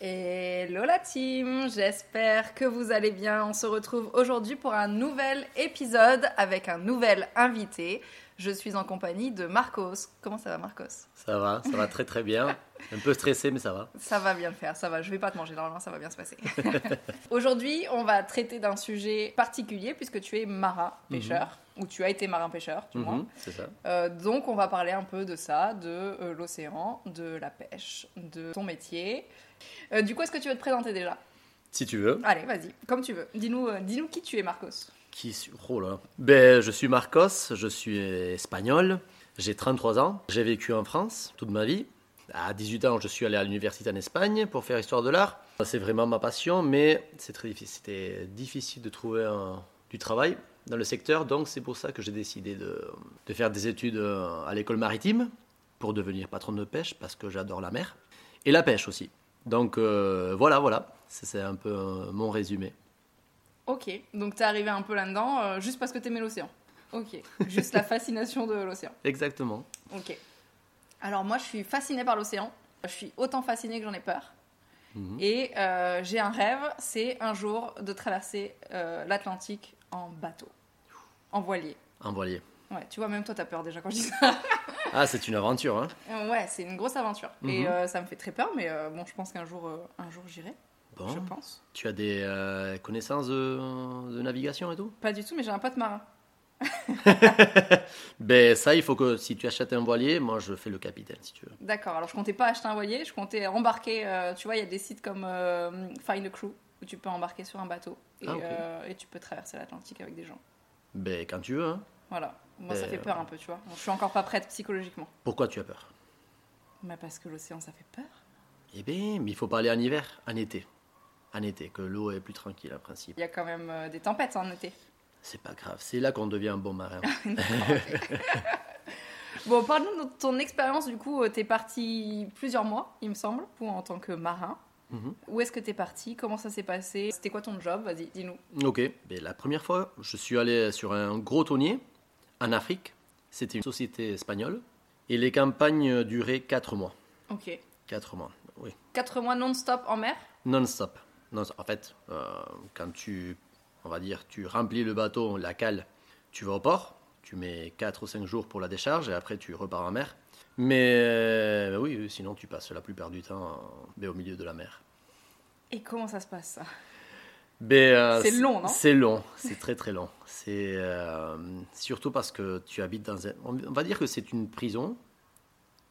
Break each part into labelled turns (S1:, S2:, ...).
S1: Hello la team, j'espère que vous allez bien. On se retrouve aujourd'hui pour un nouvel épisode avec un nouvel invité. Je suis en compagnie de Marcos. Comment ça va Marcos
S2: Ça va, ça va très très bien. Un peu stressé, mais ça va.
S1: Ça va bien le faire, ça va, je vais pas te manger, normalement ça va bien se passer. Aujourd'hui, on va traiter d'un sujet particulier puisque tu es marin pêcheur, ou tu as été marin pêcheur du moins.
S2: Mhm, c'est ça.
S1: Euh, donc on va parler un peu de ça, de euh, l'océan, de la pêche, de ton métier. Euh, du coup, est-ce que tu veux te présenter déjà
S2: Si tu veux.
S1: Allez, vas-y, comme tu veux. Dis-nous euh, dis-nous qui tu es, Marcos.
S2: Qui suis- oh là. Ben, je suis Marcos, je suis espagnol, j'ai 33 ans, j'ai vécu en France toute ma vie. À 18 ans, je suis allé à l'université en Espagne pour faire histoire de l'art. C'est vraiment ma passion, mais c'est très difficile. C'était difficile de trouver un- du travail dans le secteur, donc c'est pour ça que j'ai décidé de, de faire des études euh, à l'école maritime pour devenir patron de pêche parce que j'adore la mer et la pêche aussi. Donc euh, voilà, voilà, c'est c'est un peu euh, mon résumé.
S1: Ok, donc t'es arrivé un peu là-dedans euh, juste parce que t'aimais l'océan. Ok, juste la fascination de l'océan.
S2: Exactement.
S1: Ok. Alors moi, je suis fascinée par l'océan. Je suis autant fascinée que j'en ai peur.
S2: Mhm.
S1: Et euh, j'ai un rêve, c'est un jour de traverser euh, l'Atlantique en bateau, en voilier.
S2: Un voilier.
S1: Ouais, tu vois, même toi, t'as peur déjà quand je dis ça.
S2: Ah, c'est une aventure, hein
S1: Euh, ouais, c'est une grosse aventure.
S2: Mhm.
S1: Et euh, ça me fait très peur, mais euh, bon, je pense qu'un jour, euh, un jour j'irai,
S2: Bon,
S1: je pense.
S2: tu as des euh, connaissances de, de navigation et tout
S1: Pas du tout, mais j'ai un pote marin.
S2: Ben ça, il faut que si tu achètes un voilier, moi je fais le capitaine si tu veux.
S1: D'accord, alors je comptais pas acheter un voilier, je comptais embarquer. euh, tu vois, il y a des sites comme euh, Find a Crew où tu peux embarquer sur un bateau et,
S2: Ah, ok.
S1: euh, et tu peux traverser l'Atlantique avec des gens.
S2: Ben quand tu veux, hein.
S1: Voilà. Moi, ça
S2: Euh,
S1: fait peur un peu, tu vois. Bon, je suis encore pas prête psychologiquement.
S2: Pourquoi tu as peur
S1: Mais parce que l'océan, ça fait peur.
S2: Eh ben, mais il faut pas aller en hiver, en été. En été, que l'eau est plus tranquille en principe.
S1: Il y a quand même euh, des tempêtes en été.
S2: C'est pas grave, c'est là qu'on devient un bon marin.
S1: Bon, parle-nous de ton expérience, du coup. euh, T'es parti plusieurs mois, il me semble, pour, en tant que marin.
S2: Mhm.
S1: Où est-ce que t'es parti Comment ça s'est passé C'était quoi ton job Vas-y, dis-nous.
S2: Ok, ben, la première fois, je suis allé sur un gros tonnier en Afrique. C'était une société espagnole. Et les campagnes duraient 4 mois.
S1: Ok.
S2: 4 mois, oui.
S1: Quatre mois non-stop en mer
S2: non-stop. Non, en fait, euh, quand tu, on va dire, tu remplis le bateau, la cale, tu vas au port, tu mets 4 ou 5 jours pour la décharge et après tu repars en mer. Mais euh, oui, oui, sinon tu passes la plupart du temps euh, ben, au milieu de la mer.
S1: Et comment ça se passe ça
S2: Ben, euh,
S1: C'est long, non
S2: C'est long, c'est très très long. C'est euh, surtout parce que tu habites dans un. On va dire que c'est une prison.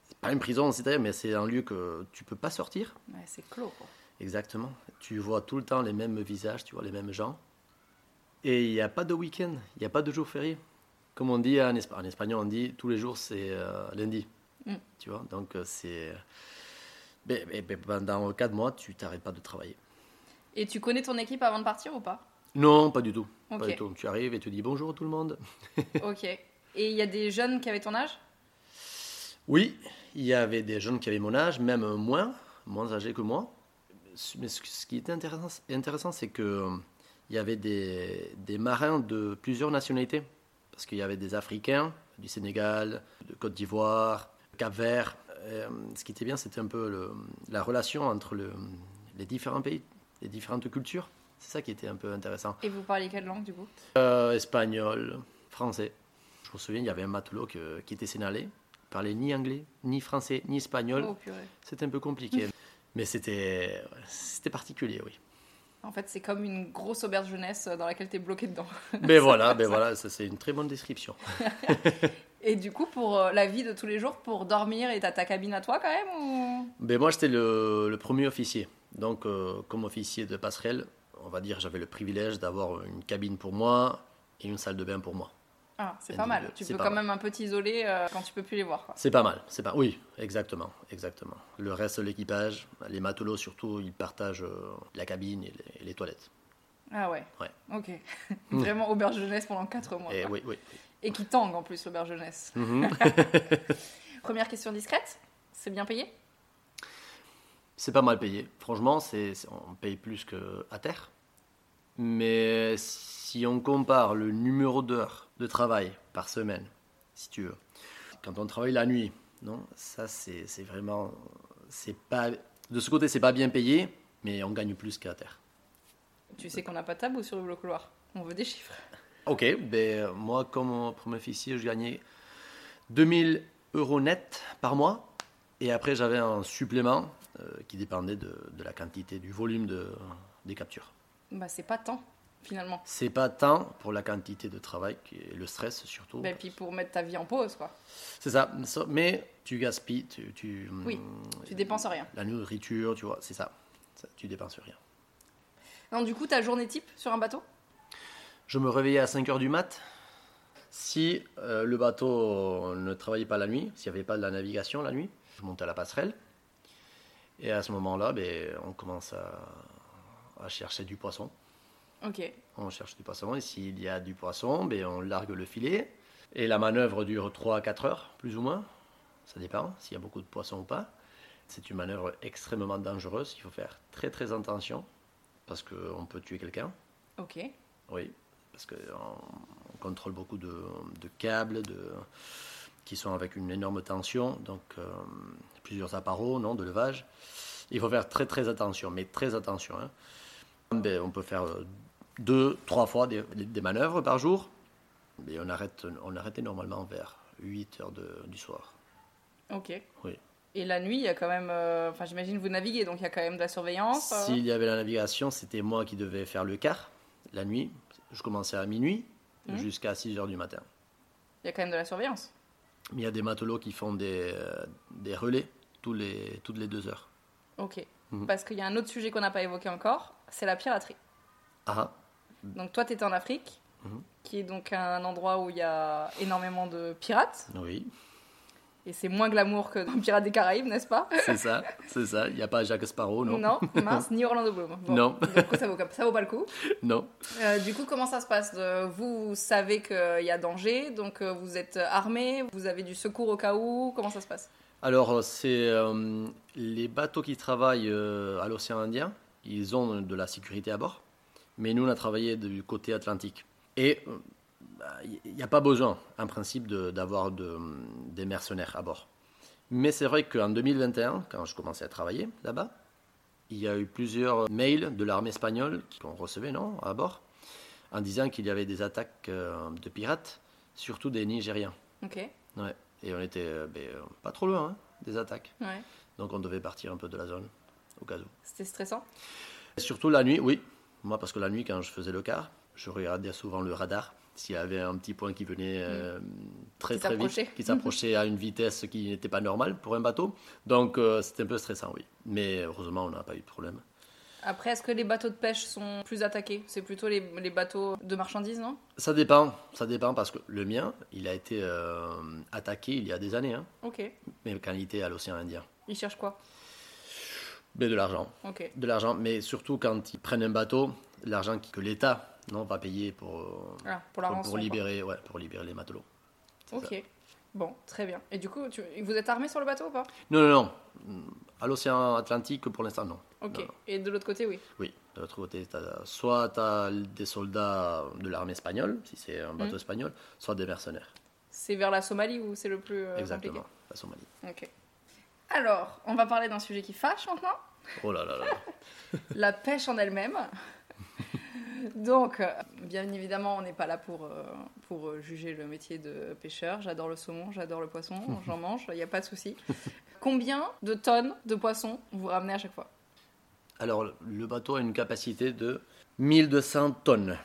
S2: C'est Pas une prison, c'est-à-dire, mais c'est un lieu que tu peux pas sortir.
S1: Ouais, c'est clos, quoi.
S2: Exactement. Tu vois tout le temps les mêmes visages, tu vois les mêmes gens. Et il n'y a pas de week-end, il n'y a pas de jour férié. Comme on dit en, Espa- en espagnol, on dit tous les jours c'est euh, lundi.
S1: Mm.
S2: Tu vois, donc euh, c'est. Ben, ben, ben, pendant 4 mois, tu t'arrêtes pas de travailler.
S1: Et tu connais ton équipe avant de partir ou pas
S2: Non, pas du tout.
S1: Ok.
S2: Pas du tout. Tu arrives et tu dis bonjour tout le monde.
S1: Ok. Et il y a des jeunes qui avaient ton âge
S2: Oui, il y avait des jeunes qui avaient mon âge, même moins, moins âgés que moi. Mais ce ce qui était intéressant, intéressant c'est que euh, il y avait des, des marins de plusieurs nationalités. Parce qu'il y avait des Africains, du Sénégal, de Côte d'Ivoire, Cap-Vert. Euh, Ce qui était bien, c'était un peu le- la relation entre le- les différents pays, les différentes cultures. C'est ça qui était un peu intéressant.
S1: Et vous parlez quelle langue du coup
S2: Euh, espagnol, français. Je me souviens, il y avait un matelot que- qui était sénalais, il parlait ni anglais, ni français, ni espagnol.
S1: Oh purée.
S2: C'était un peu compliqué. Mais c'était ouais, c'était particulier, oui.
S1: En fait, c'est comme une grosse auberge jeunesse dans laquelle t'es bloqué dedans.
S2: Mais voilà, ben voilà, ça c'est une très bonne description.
S1: Et du coup, pour euh, la vie de tous les jours, pour dormir, et t'as ta cabine à toi quand même ou...
S2: Mais moi j'étais le, le premier officier. Donc euh, comme officier de passerelle, on va dire j'avais le privilège d'avoir une cabine pour moi et une salle de bain pour moi.
S1: Ah, c'est
S2: Et
S1: pas
S2: du-
S1: mal. Tu
S2: c'est
S1: peux
S2: pas
S1: quand
S2: mal.
S1: même un peu t'isoler euh, quand tu peux plus les voir. quoi.
S2: C'est pas mal, c'est pas. Oui, exactement, exactement. Le reste de l'équipage, les matelots surtout, ils partagent euh, la cabine et les, et les toilettes.
S1: Ah ouais.
S2: Ouais.
S1: Ok. Vraiment auberge jeunesse pendant 4 mois.
S2: Et
S1: quoi.
S2: Eh oui, oui.
S1: Et qui tangue en plus, l'auberge jeunesse.
S2: Mhm.
S1: Première question discrète c'est bien payé
S2: C'est pas mal payé. Franchement, c'est c'est- on paye plus que à terre. Mais si on compare le numéro d'heures de travail par semaine, si tu veux, quand on travaille la nuit, non, ça c'est c'est vraiment c'est pas De ce côté, c'est pas bien payé, mais on gagne plus qu'à terre.
S1: Tu sais qu'on n'a pas de tabou sur le couloir. On veut des chiffres.
S2: Ok, ben, moi, comme premier officier, je gagnais 2000 euros net par mois. Et après, j'avais un supplément euh, qui dépendait de, de la quantité, du volume de, des captures.
S1: Bah, c'est pas tant, finalement.
S2: C'est pas tant pour la quantité de travail qui- et le stress surtout.
S1: Bah, et puis pour mettre ta vie en pause, quoi.
S2: C'est ça. ça- Mais tu gaspilles, tu, tu- hum,
S1: Oui, Tu dépenses rien.
S2: la nourriture, tu vois, c'est ça. Ça, Tu dépenses rien.
S1: Non, du coup, ta journée type sur un bateau
S2: Je me réveillais à 5 heures du mat. Si euh, le bateau ne travaillait pas la nuit, s'il n'y avait pas de la navigation la nuit, je montais à la passerelle. Et à ce moment-là, ben, on commence à, à chercher du poisson.
S1: Ok.
S2: On cherche du poisson et s'il y a du poisson, ben, on largue le filet. Et la manœuvre dure 3 à 4 heures, plus ou moins. Ça dépend s'il y a beaucoup de poissons ou pas. C'est une manœuvre extrêmement dangereuse. Il faut faire très très attention parce qu'on peut tuer quelqu'un.
S1: Ok.
S2: Oui, parce qu'on on contrôle beaucoup de, de câbles de, qui sont avec une énorme tension, donc euh, plusieurs appareils non, de levage. Il faut faire très très attention, mais très attention. hein. Ben, on peut faire euh, deux, trois fois des, des manœuvres par jour, mais on, arrête, on arrêtait normalement vers 8 heures de- du soir.
S1: Ok.
S2: Oui.
S1: Et la nuit, il y a quand même. euh, Enfin, j'imagine que vous naviguez, donc il y a quand même de la surveillance. euh.
S2: S'il y avait la navigation, c'était moi qui devais faire le quart la nuit. Je commençais à minuit
S1: Mhm.
S2: jusqu'à 6 heures du matin.
S1: Il y a quand même de la surveillance.
S2: Mais il y a des matelots qui font des, euh, des relais tous les, toutes les deux heures.
S1: Ok.
S2: Mhm.
S1: Parce qu'il y a un autre sujet qu'on n'a pas évoqué encore, c'est la piraterie.
S2: Ah,
S1: Donc toi, tu étais en Afrique,
S2: Mhm.
S1: qui est donc un endroit où il y a énormément de pirates,
S2: oui,
S1: et c'est moins glamour que dans Pirates des Caraïbes, n'est-ce pas
S2: c'est ça, c'est ça. Il n'y a pas Jacques Sparrow, non
S1: mince, ni Orlando Bloom. Bon.
S2: Non.
S1: Donc ça vaut, ça vaut pas le coup.
S2: Non.
S1: Euh, du coup, comment ça se passe Euh, Vous savez qu'il y a danger, donc euh, vous êtes armés, vous avez du secours au cas où, comment ça se passe
S2: Alors, c'est euh, les bateaux qui travaillent euh, à l'océan Indien, ils ont de la sécurité à bord. Mais nous, on a travaillé du côté atlantique. Et euh, bah, il n'y a pas besoin, en principe, de- d'avoir de- des mercenaires à bord. Mais c'est vrai qu'en 2021, quand je commençais à travailler là-bas, il y a eu plusieurs mails de l'armée espagnole qu'on recevait, non, à bord, en disant qu'il y avait des attaques euh, de pirates, surtout des Nigériens.
S1: Ok,
S2: Ouais. Et on était euh, ben, euh, pas trop loin hein, des attaques.
S1: ouais.
S2: Donc on devait partir un peu de la zone, au cas où.
S1: C'était stressant
S2: Et surtout la nuit, oui. Moi, parce que la nuit, quand je faisais le quart, je regardais souvent le radar. S'il y avait un petit point qui venait euh, très
S1: Mm. Qui
S2: très
S1: s'approchait.
S2: vite, qui s'approchait à une vitesse qui n'était pas normale pour un bateau. Donc euh, c'était un peu stressant, oui. Mais heureusement, on n'a pas eu de problème.
S1: Après, est-ce que les bateaux de pêche sont plus attaqués C'est plutôt les, les bateaux de marchandises, non
S2: Ça dépend, ça dépend parce que le mien, il a été euh, attaqué il y a des années, hein,
S1: Ok.
S2: mais quand il était à l'océan Indien.
S1: Ils cherchent quoi
S2: Mais de l'argent.
S1: Ok.
S2: De l'argent, mais surtout quand ils prennent un bateau, l'argent qui- que l'État non, va payer pour, euh,
S1: Ah, pour la
S2: pour,
S1: rançon.
S2: pour libérer, ouais, pour libérer les matelots.
S1: quoi. Ok. Bon, très bien. Et du coup, tu- vous êtes armé sur le bateau ou pas
S2: Non, non, non. À l'océan Atlantique, pour l'instant, non.
S1: Ok.
S2: Non, non.
S1: Et de l'autre côté, oui.
S2: Oui, de l'autre côté, t'as- soit tu as des soldats de l'armée espagnole, si c'est un bateau
S1: Mhm.
S2: espagnol, soit des mercenaires.
S1: C'est vers la Somalie où c'est le plus euh,
S2: Exactement, la Somalie.
S1: compliqué. Ok. Alors, on va parler d'un sujet qui fâche maintenant,
S2: Oh là là là. là.
S1: la pêche en elle-même. Donc, euh, bien évidemment, on n'est pas là pour, euh, pour euh, juger le métier de pêcheur. J'adore le saumon, j'adore le poisson, j'en mange, il n'y a pas de souci. Combien de tonnes de poissons vous ramenez à chaque fois
S2: Alors, le bateau a une capacité de 1200 tonnes.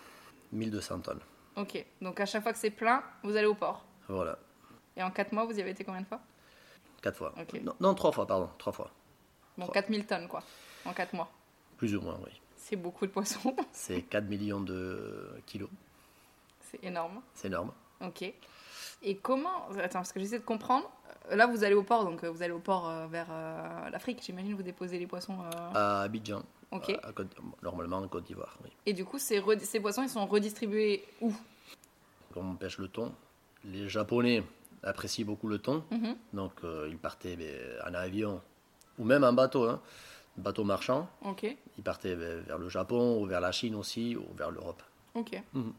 S2: 1200 tonnes.
S1: Ok, donc à chaque fois que c'est plein, vous allez au port.
S2: Voilà,
S1: Et en 4 mois, vous y avez été combien de fois
S2: quatre fois.
S1: Ok.
S2: Non, non, trois fois, pardon, trois fois.
S1: Bon,
S2: Trois.
S1: 4000 tonnes, quoi, en 4 mois.
S2: Plus ou moins, oui.
S1: C'est beaucoup de poissons,
S2: C'est 4 millions de kilos.
S1: c'est énorme.
S2: C'est énorme.
S1: Ok. Et comment Attends, parce que j'essaie de comprendre. Euh, Là, vous allez au port, donc euh, vous allez au port euh, vers euh, l'Afrique. J'imagine vous déposez les poissons. euh,
S2: À Abidjan.
S1: ok.
S2: à- à Côte- normalement, en Côte d'Ivoire. Oui.
S1: Euh, Et du coup, ces, redi- ces poissons, ils sont redistribués où
S2: Quand on pêche le thon, les Japonais apprécient beaucoup le thon.
S1: Mhm.
S2: Donc, euh, ils partaient mais, en avion ou même en bateau. Hein. Bateau marchand.
S1: Ok.
S2: Ils partaient mais, vers le Japon ou vers la Chine aussi ou vers l'Europe.
S1: Ok.
S2: Mhm.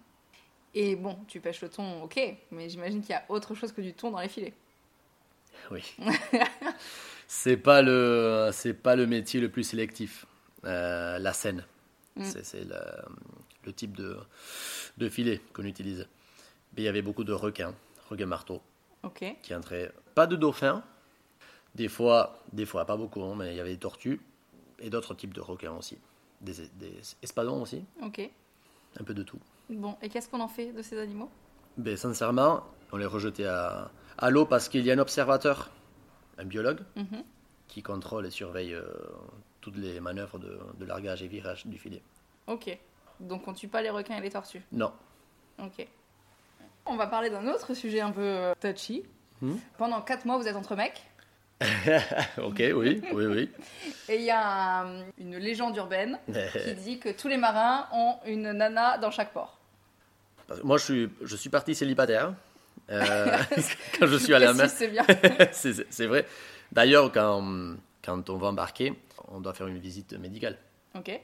S1: Et bon, tu pêches le thon, ok, mais j'imagine qu'il y a autre chose que du thon dans les filets.
S2: Oui. C'est pas le, c'est pas le métier le plus sélectif. Euh, la scène, c'est, c'est la- le type de, de filet qu'on utilise. Mais il y avait beaucoup de requins, requins marteaux,
S1: Ok.
S2: qui entraient. Pas de dauphins. Des fois, des fois, pas beaucoup, hein, mais il y avait des tortues et d'autres types de requins aussi. Des, des espadons aussi,
S1: Ok.
S2: un peu de tout.
S1: Bon, et qu'est-ce qu'on en fait de ces animaux
S2: Ben, sincèrement, on les rejetait à, à l'eau parce qu'il y a un observateur, un biologue,
S1: Mhm.
S2: qui contrôle et surveille euh, toutes les manœuvres de, de largage et virage du filet.
S1: Ok. Donc on tue pas les requins et les tortues.
S2: Non.
S1: Ok. On va parler d'un autre sujet un peu euh, touchy.
S2: Hmm.
S1: Pendant 4 mois, vous êtes entre mecs.
S2: ok, oui, oui, oui.
S1: Et il y a un- une légende urbaine
S2: Euh.
S1: qui dit que tous les marins ont une nana dans chaque port.
S2: Parce que moi, je suis, je suis parti célibataire. hein. euh, quand je suis allé à la mer,
S1: Précise, c'est bien.
S2: c'est c'est- c'est vrai. D'ailleurs, quand, quand on va embarquer, on doit faire une visite médicale.
S1: ok. Eh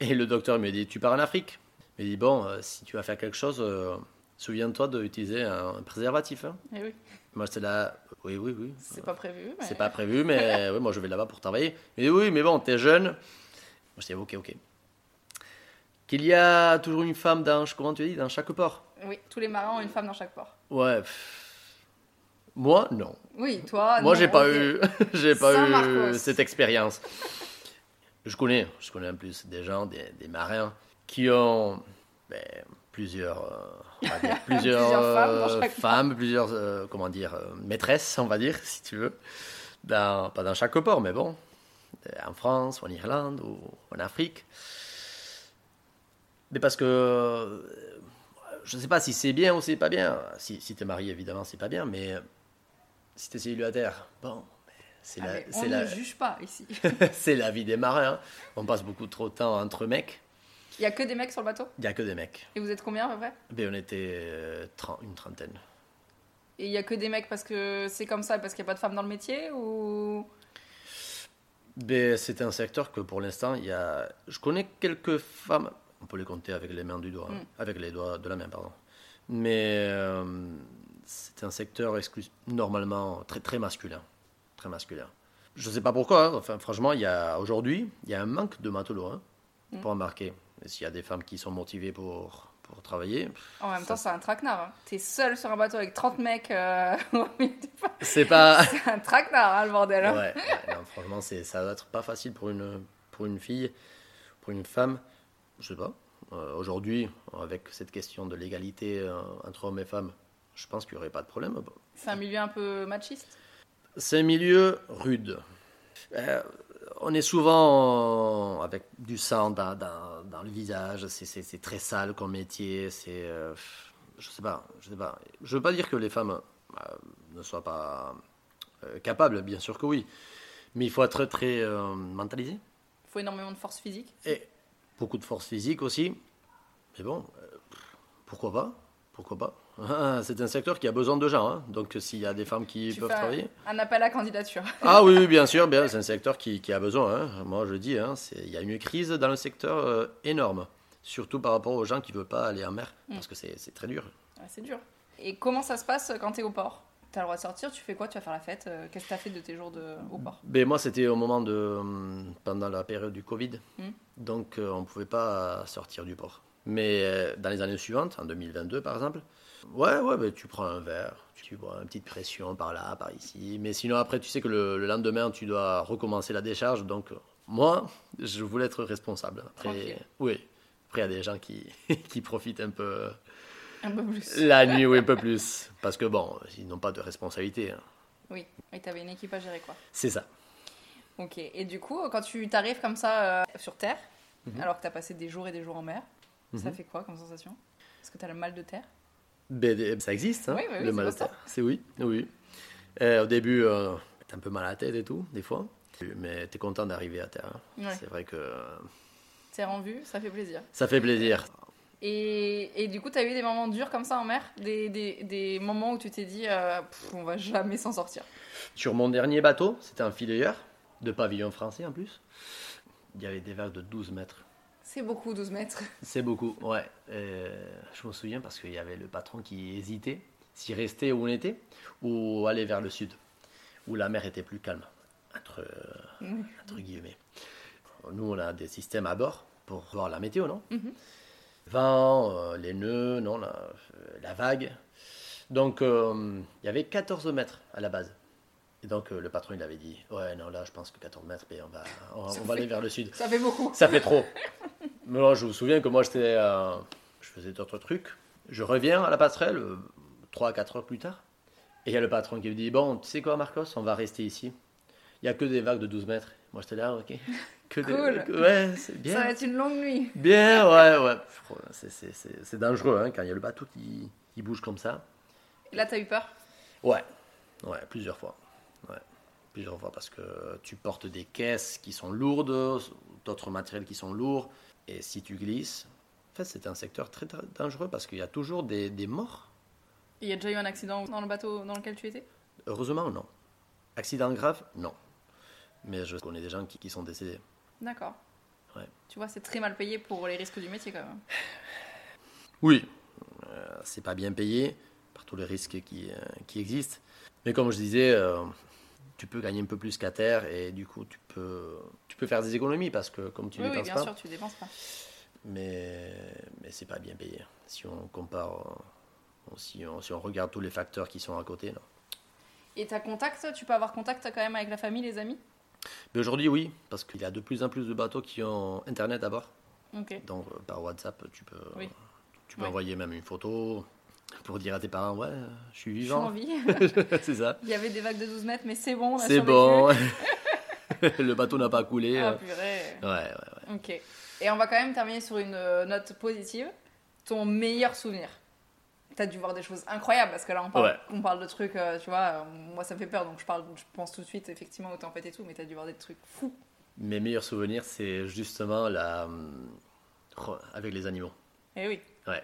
S2: Et le docteur me dit, tu pars en Afrique Il me dit, bon, euh, si tu vas faire quelque chose, euh, souviens-toi d'utiliser un, préservatif. hein.
S1: Eh oui,
S2: Moi, j'étais là, oui, oui, oui. Euh,
S1: c'est pas prévu. mais-
S2: C'est pas prévu, mais oui, moi je vais là-bas pour travailler. Il me dit, oui, mais bon, t'es jeune. Moi je dis ok, ok. Qu'il y a toujours une femme dans, comment tu dis, dans chaque port
S1: Oui, tous les marins ont une femme dans chaque port.
S2: Ouais. pff. Moi, non.
S1: Oui, toi.
S2: moi
S1: non,
S2: j'ai pas
S1: ok.
S2: eu, j'ai pas
S1: Saint
S2: eu
S1: Marcos.
S2: cette expérience. Je connais, je connais en plus des gens, des, des marins qui ont ben, plusieurs, euh, on va dire, plusieurs,
S1: Plusieurs femmes dans
S2: euh,
S1: chaque
S2: femmes, plusieurs, euh, comment dire, euh, maîtresses, on va dire, si tu veux, dans, pas dans chaque port, mais bon, euh, en France, ou en Irlande, ou en Afrique. Mais parce que euh, je ne sais pas si c'est bien ou c'est pas bien. Si, si t'es marié, évidemment, c'est pas bien, mais euh, si t'es célibataire, bon, c'est
S1: Ah,
S2: la,
S1: mais on
S2: c'est
S1: ne
S2: la,
S1: juge pas ici.
S2: c'est la vie des marins. hein. On passe beaucoup trop de temps entre mecs.
S1: Il y a que des mecs sur le bateau
S2: Il n'y a que des mecs.
S1: Et vous êtes combien à peu près
S2: Mais on était euh, tren- une trentaine.
S1: Et il y a que des mecs parce que c'est comme ça, parce qu'il n'y a pas de femmes dans le métier ou
S2: Mais Ben, c'est un secteur que pour l'instant, il y a... je connais quelques femmes. On peut les compter avec les mains du doigt, hein.
S1: Mm.
S2: avec les doigts de la main, pardon. Mais euh, c'est un secteur exclus- normalement très très masculin, très masculin. Je sais pas pourquoi. hein. Enfin, franchement, il y a aujourd'hui, il y a un manque de matelots hein,
S1: Mm.
S2: pour embarquer. Et S'il y a des femmes qui sont motivées pour pour travailler,
S1: En même
S2: Ça-
S1: temps, c'est un traquenard. hein. T'es seul sur un bateau avec 30 mecs. euh, au milieu du port.
S2: c'est pas.
S1: c'est un traquenard, hein, le bordel. hein.
S2: Ouais, ouais, non, franchement, c'est, ça doit être pas facile pour une, pour une fille, pour une femme. Je sais pas. Euh, aujourd'hui, avec cette question de l'égalité euh, entre hommes et femmes, je pense qu'il n'y aurait pas de problème. bah,
S1: C'est un milieu un peu machiste.
S2: C'est un milieu rude. Euh, on est souvent euh, avec du sang dans, dans- dans le visage, c'est, c'est- c'est très sale comme métier, c'est... euh, je sais pas, je sais pas. Je veux pas dire que les femmes euh, ne soient pas euh, capables, bien sûr que oui, mais il faut être très euh, mentalisé,
S1: Il faut énormément de force physique.
S2: et beaucoup de force physique aussi. Mais bon, euh, pourquoi pas Pourquoi pas Ah, C'est un secteur qui a besoin de gens, hein. donc s'il y a des femmes qui
S1: Tu
S2: peuvent
S1: fais un-
S2: travailler...
S1: Un appel à candidature.
S2: Ah oui, oui, bien sûr, bien, c'est un secteur qui, qui a besoin. hein. Moi, je dis, hein, c'est- il y a une crise dans le secteur euh, énorme, surtout par rapport aux gens qui ne veulent pas aller en mer, parce que c'est c'est très dur.
S1: Ouais, c'est dur. Et comment ça se passe quand t'es au port T'as le droit de sortir, tu fais quoi Tu vas faire la fête euh, Qu'est-ce que t'as fait de tes jours de... au port
S2: Mais Ben, moi, c'était au moment de. hum, pendant la période du Covid,
S1: Mm.
S2: donc euh, on ne pouvait pas sortir du port. Mais euh, dans les années suivantes, en 2022 par exemple, ouais, ouais, mais tu prends un verre, tu bois une petite pression par là, par ici. Mais sinon, après, tu sais que le, le lendemain, tu dois recommencer la décharge. Donc, euh, moi, je voulais être responsable. Après,
S1: Tranquille.
S2: oui. Après, il y a des gens qui, qui profitent un peu
S1: Un peu plus.
S2: la nuit ou un peu plus. Parce que, bon, ils n'ont pas de responsabilité. hein.
S1: Oui, et t'avais une équipe à gérer quoi.
S2: C'est ça.
S1: Ok, et du coup, quand tu t'arrives comme ça euh, sur Terre, alors que t'as passé des jours et des jours en mer, ça
S2: Mhm.
S1: fait quoi comme sensation Est-ce que t'as le mal de terre
S2: BD, ça existe, hein,
S1: Oui, oui, oui,
S2: le
S1: c'est
S2: mal de
S1: pour ça.
S2: terre. C'est oui, oui. Euh, au début, euh, t'as un peu mal à la tête et tout, des fois. Mais t'es content d'arriver à terre. hein.
S1: Ouais.
S2: C'est vrai que euh,
S1: Terre en vue, ça fait plaisir.
S2: ça fait plaisir.
S1: Et, et du coup, t'as eu des moments durs comme ça en mer Des, des- des moments où tu t'es dit, euh, Pff, on va jamais s'en sortir.
S2: Sur mon dernier bateau, c'était un fileur de pavillon français en plus. Il y avait des vagues de 12 mètres.
S1: C'est beaucoup, 12 mètres.
S2: C'est beaucoup, ouais. Euh, je me souviens parce qu'il y avait le patron qui hésitait s'il restait où on était ou aller vers le sud, où la mer était plus calme. entre, entre guillemets. Nous, on a des systèmes à bord pour voir la météo, non
S1: Mhm.
S2: Vent, euh, les nœuds, non, la, euh, la vague. Donc, euh, il y avait 14 mètres à la base. Et donc, euh, le patron, il avait dit Ouais, non, là, je pense que 14 mètres, mais on va, on,
S1: Ça
S2: on va
S1: fait-
S2: aller vers le sud.
S1: Ça fait beaucoup.
S2: Ça fait trop. Mais alors, je vous souviens que moi, j'étais, euh, je faisais d'autres trucs. Je reviens à la passerelle, 3 à 4 heures plus tard. Et il y a le patron qui me dit Bon, tu sais quoi, Marcos, on va rester ici. Il n'y a que des vagues de 12 mètres. Moi, j'étais là, ok. Que des-
S1: Cool.
S2: que- ouais, c'est bien.
S1: Ça va être une longue nuit.
S2: Bien, ouais, ouais. Pff, c'est- C'est c'est- c'est dangereux hein, quand il y a le bateau qui, qui bouge comme ça.
S1: Là, t'as eu peur
S2: Ouais, ouais, plusieurs fois. Ouais, plusieurs fois parce que tu portes des caisses qui sont lourdes, d'autres matériels qui sont lourds. Et si tu glisses, en fait, c'est un secteur très da- dangereux parce qu'il y a toujours des, des morts.
S1: Il y a déjà eu un accident dans le bateau dans lequel tu étais
S2: Heureusement, non. Accident grave, non. Mais je connais des gens qui, qui sont décédés.
S1: D'accord.
S2: Ouais.
S1: Tu vois, c'est très mal payé pour les risques du métier quand même.
S2: Oui, euh, c'est pas bien payé par tous les risques qui, euh, qui existent. Mais comme je disais, euh, tu peux gagner un peu plus qu'à terre et du coup, tu peux, tu peux faire des économies parce que comme tu
S1: oui,
S2: ne
S1: oui,
S2: dépenses
S1: bien
S2: pas,
S1: sûr, tu dépenses pas.
S2: mais, mais c'est pas bien payé. hein. Si on compare, euh, si, on, si on regarde tous les facteurs qui sont à côté, non.
S1: Et t'as contact, tu peux avoir contact quand même avec la famille, les amis
S2: Mais aujourd'hui, oui, parce qu'il y a de plus en plus de bateaux qui ont Internet d'abord.
S1: Ok.
S2: Donc euh, par WhatsApp, tu peux,
S1: Oui.
S2: tu peux
S1: Ouais.
S2: envoyer même une photo pour dire à tes parents, ouais, euh, je suis
S1: Je suis en
S2: vivant.
S1: vie.
S2: c'est ça.
S1: Il y avait des vagues de 12 mètres, mais c'est bon, on a
S2: C'est
S1: survécu.
S2: bon. le bateau n'a pas coulé.
S1: Ah
S2: euh.
S1: purée.
S2: Ouais, ouais, ouais.
S1: Ok. Et on va quand même terminer sur une euh, note positive. Ton meilleur souvenir T'as dû voir des choses incroyables parce que là on parle,
S2: Ouais.
S1: on parle de trucs, euh, tu vois, euh, moi ça me fait peur donc je, parle, je pense tout de suite effectivement aux tempêtes et tout, mais t'as dû voir des trucs fous.
S2: Mes meilleurs souvenirs, c'est justement la... oh, avec les animaux.
S1: Eh oui.
S2: Ouais.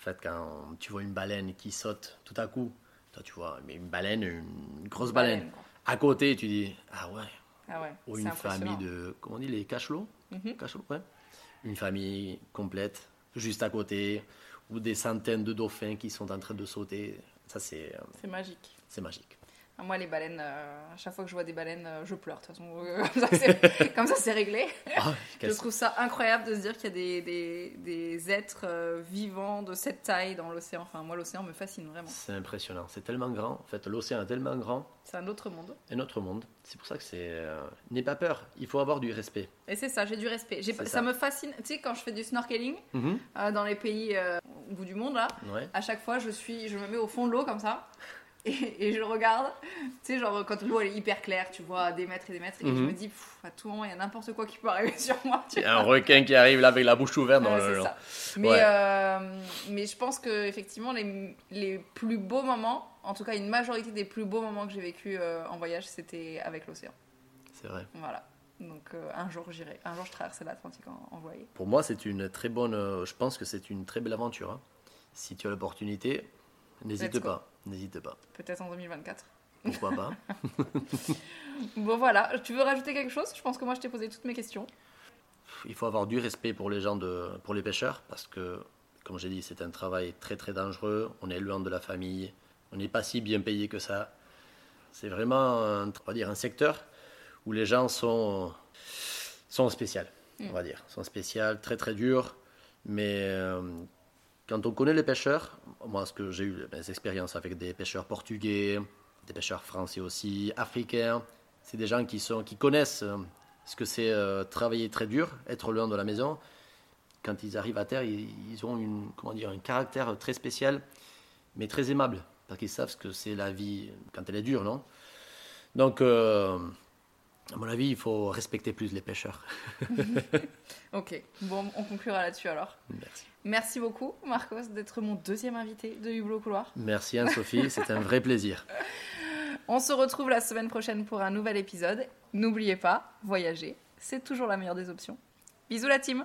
S2: En fait, quand tu vois une baleine qui saute tout à coup, toi tu vois mais une baleine, une grosse baleine.
S1: quoi.
S2: À côté, tu dis, ah ouais,
S1: Ah ouais.
S2: ou
S1: c'est
S2: une
S1: impressionnant.
S2: famille de... Comment on dit Les cachelots
S1: Mhm.
S2: Cachelots, ouais. Une famille complète, juste à côté, ou des centaines de dauphins qui sont en train de sauter. Ça, c'est euh,
S1: C'est magique.
S2: c'est magique.
S1: Ah, Moi, les baleines, euh, à chaque fois que je vois des baleines, euh, je pleure. De toute façon, euh, comme ça, c'est- comme ça, c'est réglé.
S2: Ah,
S1: Je
S2: quel-
S1: trouve ça incroyable de se dire qu'il y a des, des, des êtres euh, vivants de cette taille dans l'océan. Enfin, moi, l'océan me fascine vraiment.
S2: C'est impressionnant, c'est tellement grand. En fait, l'océan est tellement grand,
S1: C'est un autre monde.
S2: un autre monde. C'est pour ça que c'est. euh, N'aie pas peur, il faut avoir du respect.
S1: Et c'est ça, j'ai du respect. J'ai
S2: C'est
S1: pas- ça.
S2: ça.
S1: me fascine. Tu sais, quand je fais du snorkeling euh, dans les pays euh, au bout du monde, là,
S2: Ouais.
S1: à chaque fois, je, suis, je me mets au fond de l'eau comme ça. Et, et je regarde, tu sais, genre quand l'eau elle est hyper claire, tu vois à des mètres et des mètres, et je
S2: Mhm.
S1: me dis, pff, à tout moment, il y a n'importe quoi qui peut arriver sur moi. Tu
S2: Il y a un requin qui arrive là avec la bouche ouverte dans
S1: Ouais,
S2: le.
S1: c'est ça. Mais,
S2: Ouais.
S1: euh, mais je pense que effectivement les, les plus beaux moments, en tout cas une majorité des plus beaux moments que j'ai vécu euh, en voyage, c'était avec l'océan.
S2: C'est vrai.
S1: Voilà. Donc euh, un jour j'irai, un jour je traverserai l'Atlantique en, en voilier.
S2: Pour moi, c'est une très bonne. euh, je pense que c'est une très belle aventure. hein. Si tu as l'opportunité,
S1: Let's
S2: n'hésite
S1: go.
S2: pas. N'hésite pas.
S1: Peut-être en 2024.
S2: Pourquoi pas
S1: Bon voilà, tu veux rajouter quelque chose Je pense que moi je t'ai posé toutes mes questions.
S2: Il faut avoir du respect pour les gens de, pour les pêcheurs parce que, comme j'ai dit, c'est un travail très très dangereux. On est loin de la famille. On n'est pas si bien payé que ça. C'est vraiment, un, on va dire, un secteur où les gens sont sont spécial, on va dire, sont spécial, très très dur. Mais euh, quand on connaît les pêcheurs, moi ce que j'ai eu mes expériences avec des pêcheurs portugais, des pêcheurs français aussi, africains, c'est des gens qui sont qui connaissent euh, ce que c'est euh, travailler très dur, être loin de la maison. Quand ils arrivent à terre, ils, ils ont une, comment dire, un caractère très spécial, mais très aimable, parce qu'ils savent ce que c'est la vie quand elle est dure, non Donc, euh, à mon avis, il faut respecter plus les pêcheurs.
S1: Ok. Bon, on conclura là-dessus alors.
S2: Merci.
S1: Merci beaucoup Marcos d'être mon deuxième invité de Hublot Couloir.
S2: Merci Anne-Sophie, c'est un vrai plaisir.
S1: On se retrouve la semaine prochaine pour un nouvel épisode. N'oubliez pas, voyager, c'est toujours la meilleure des options. Bisous la team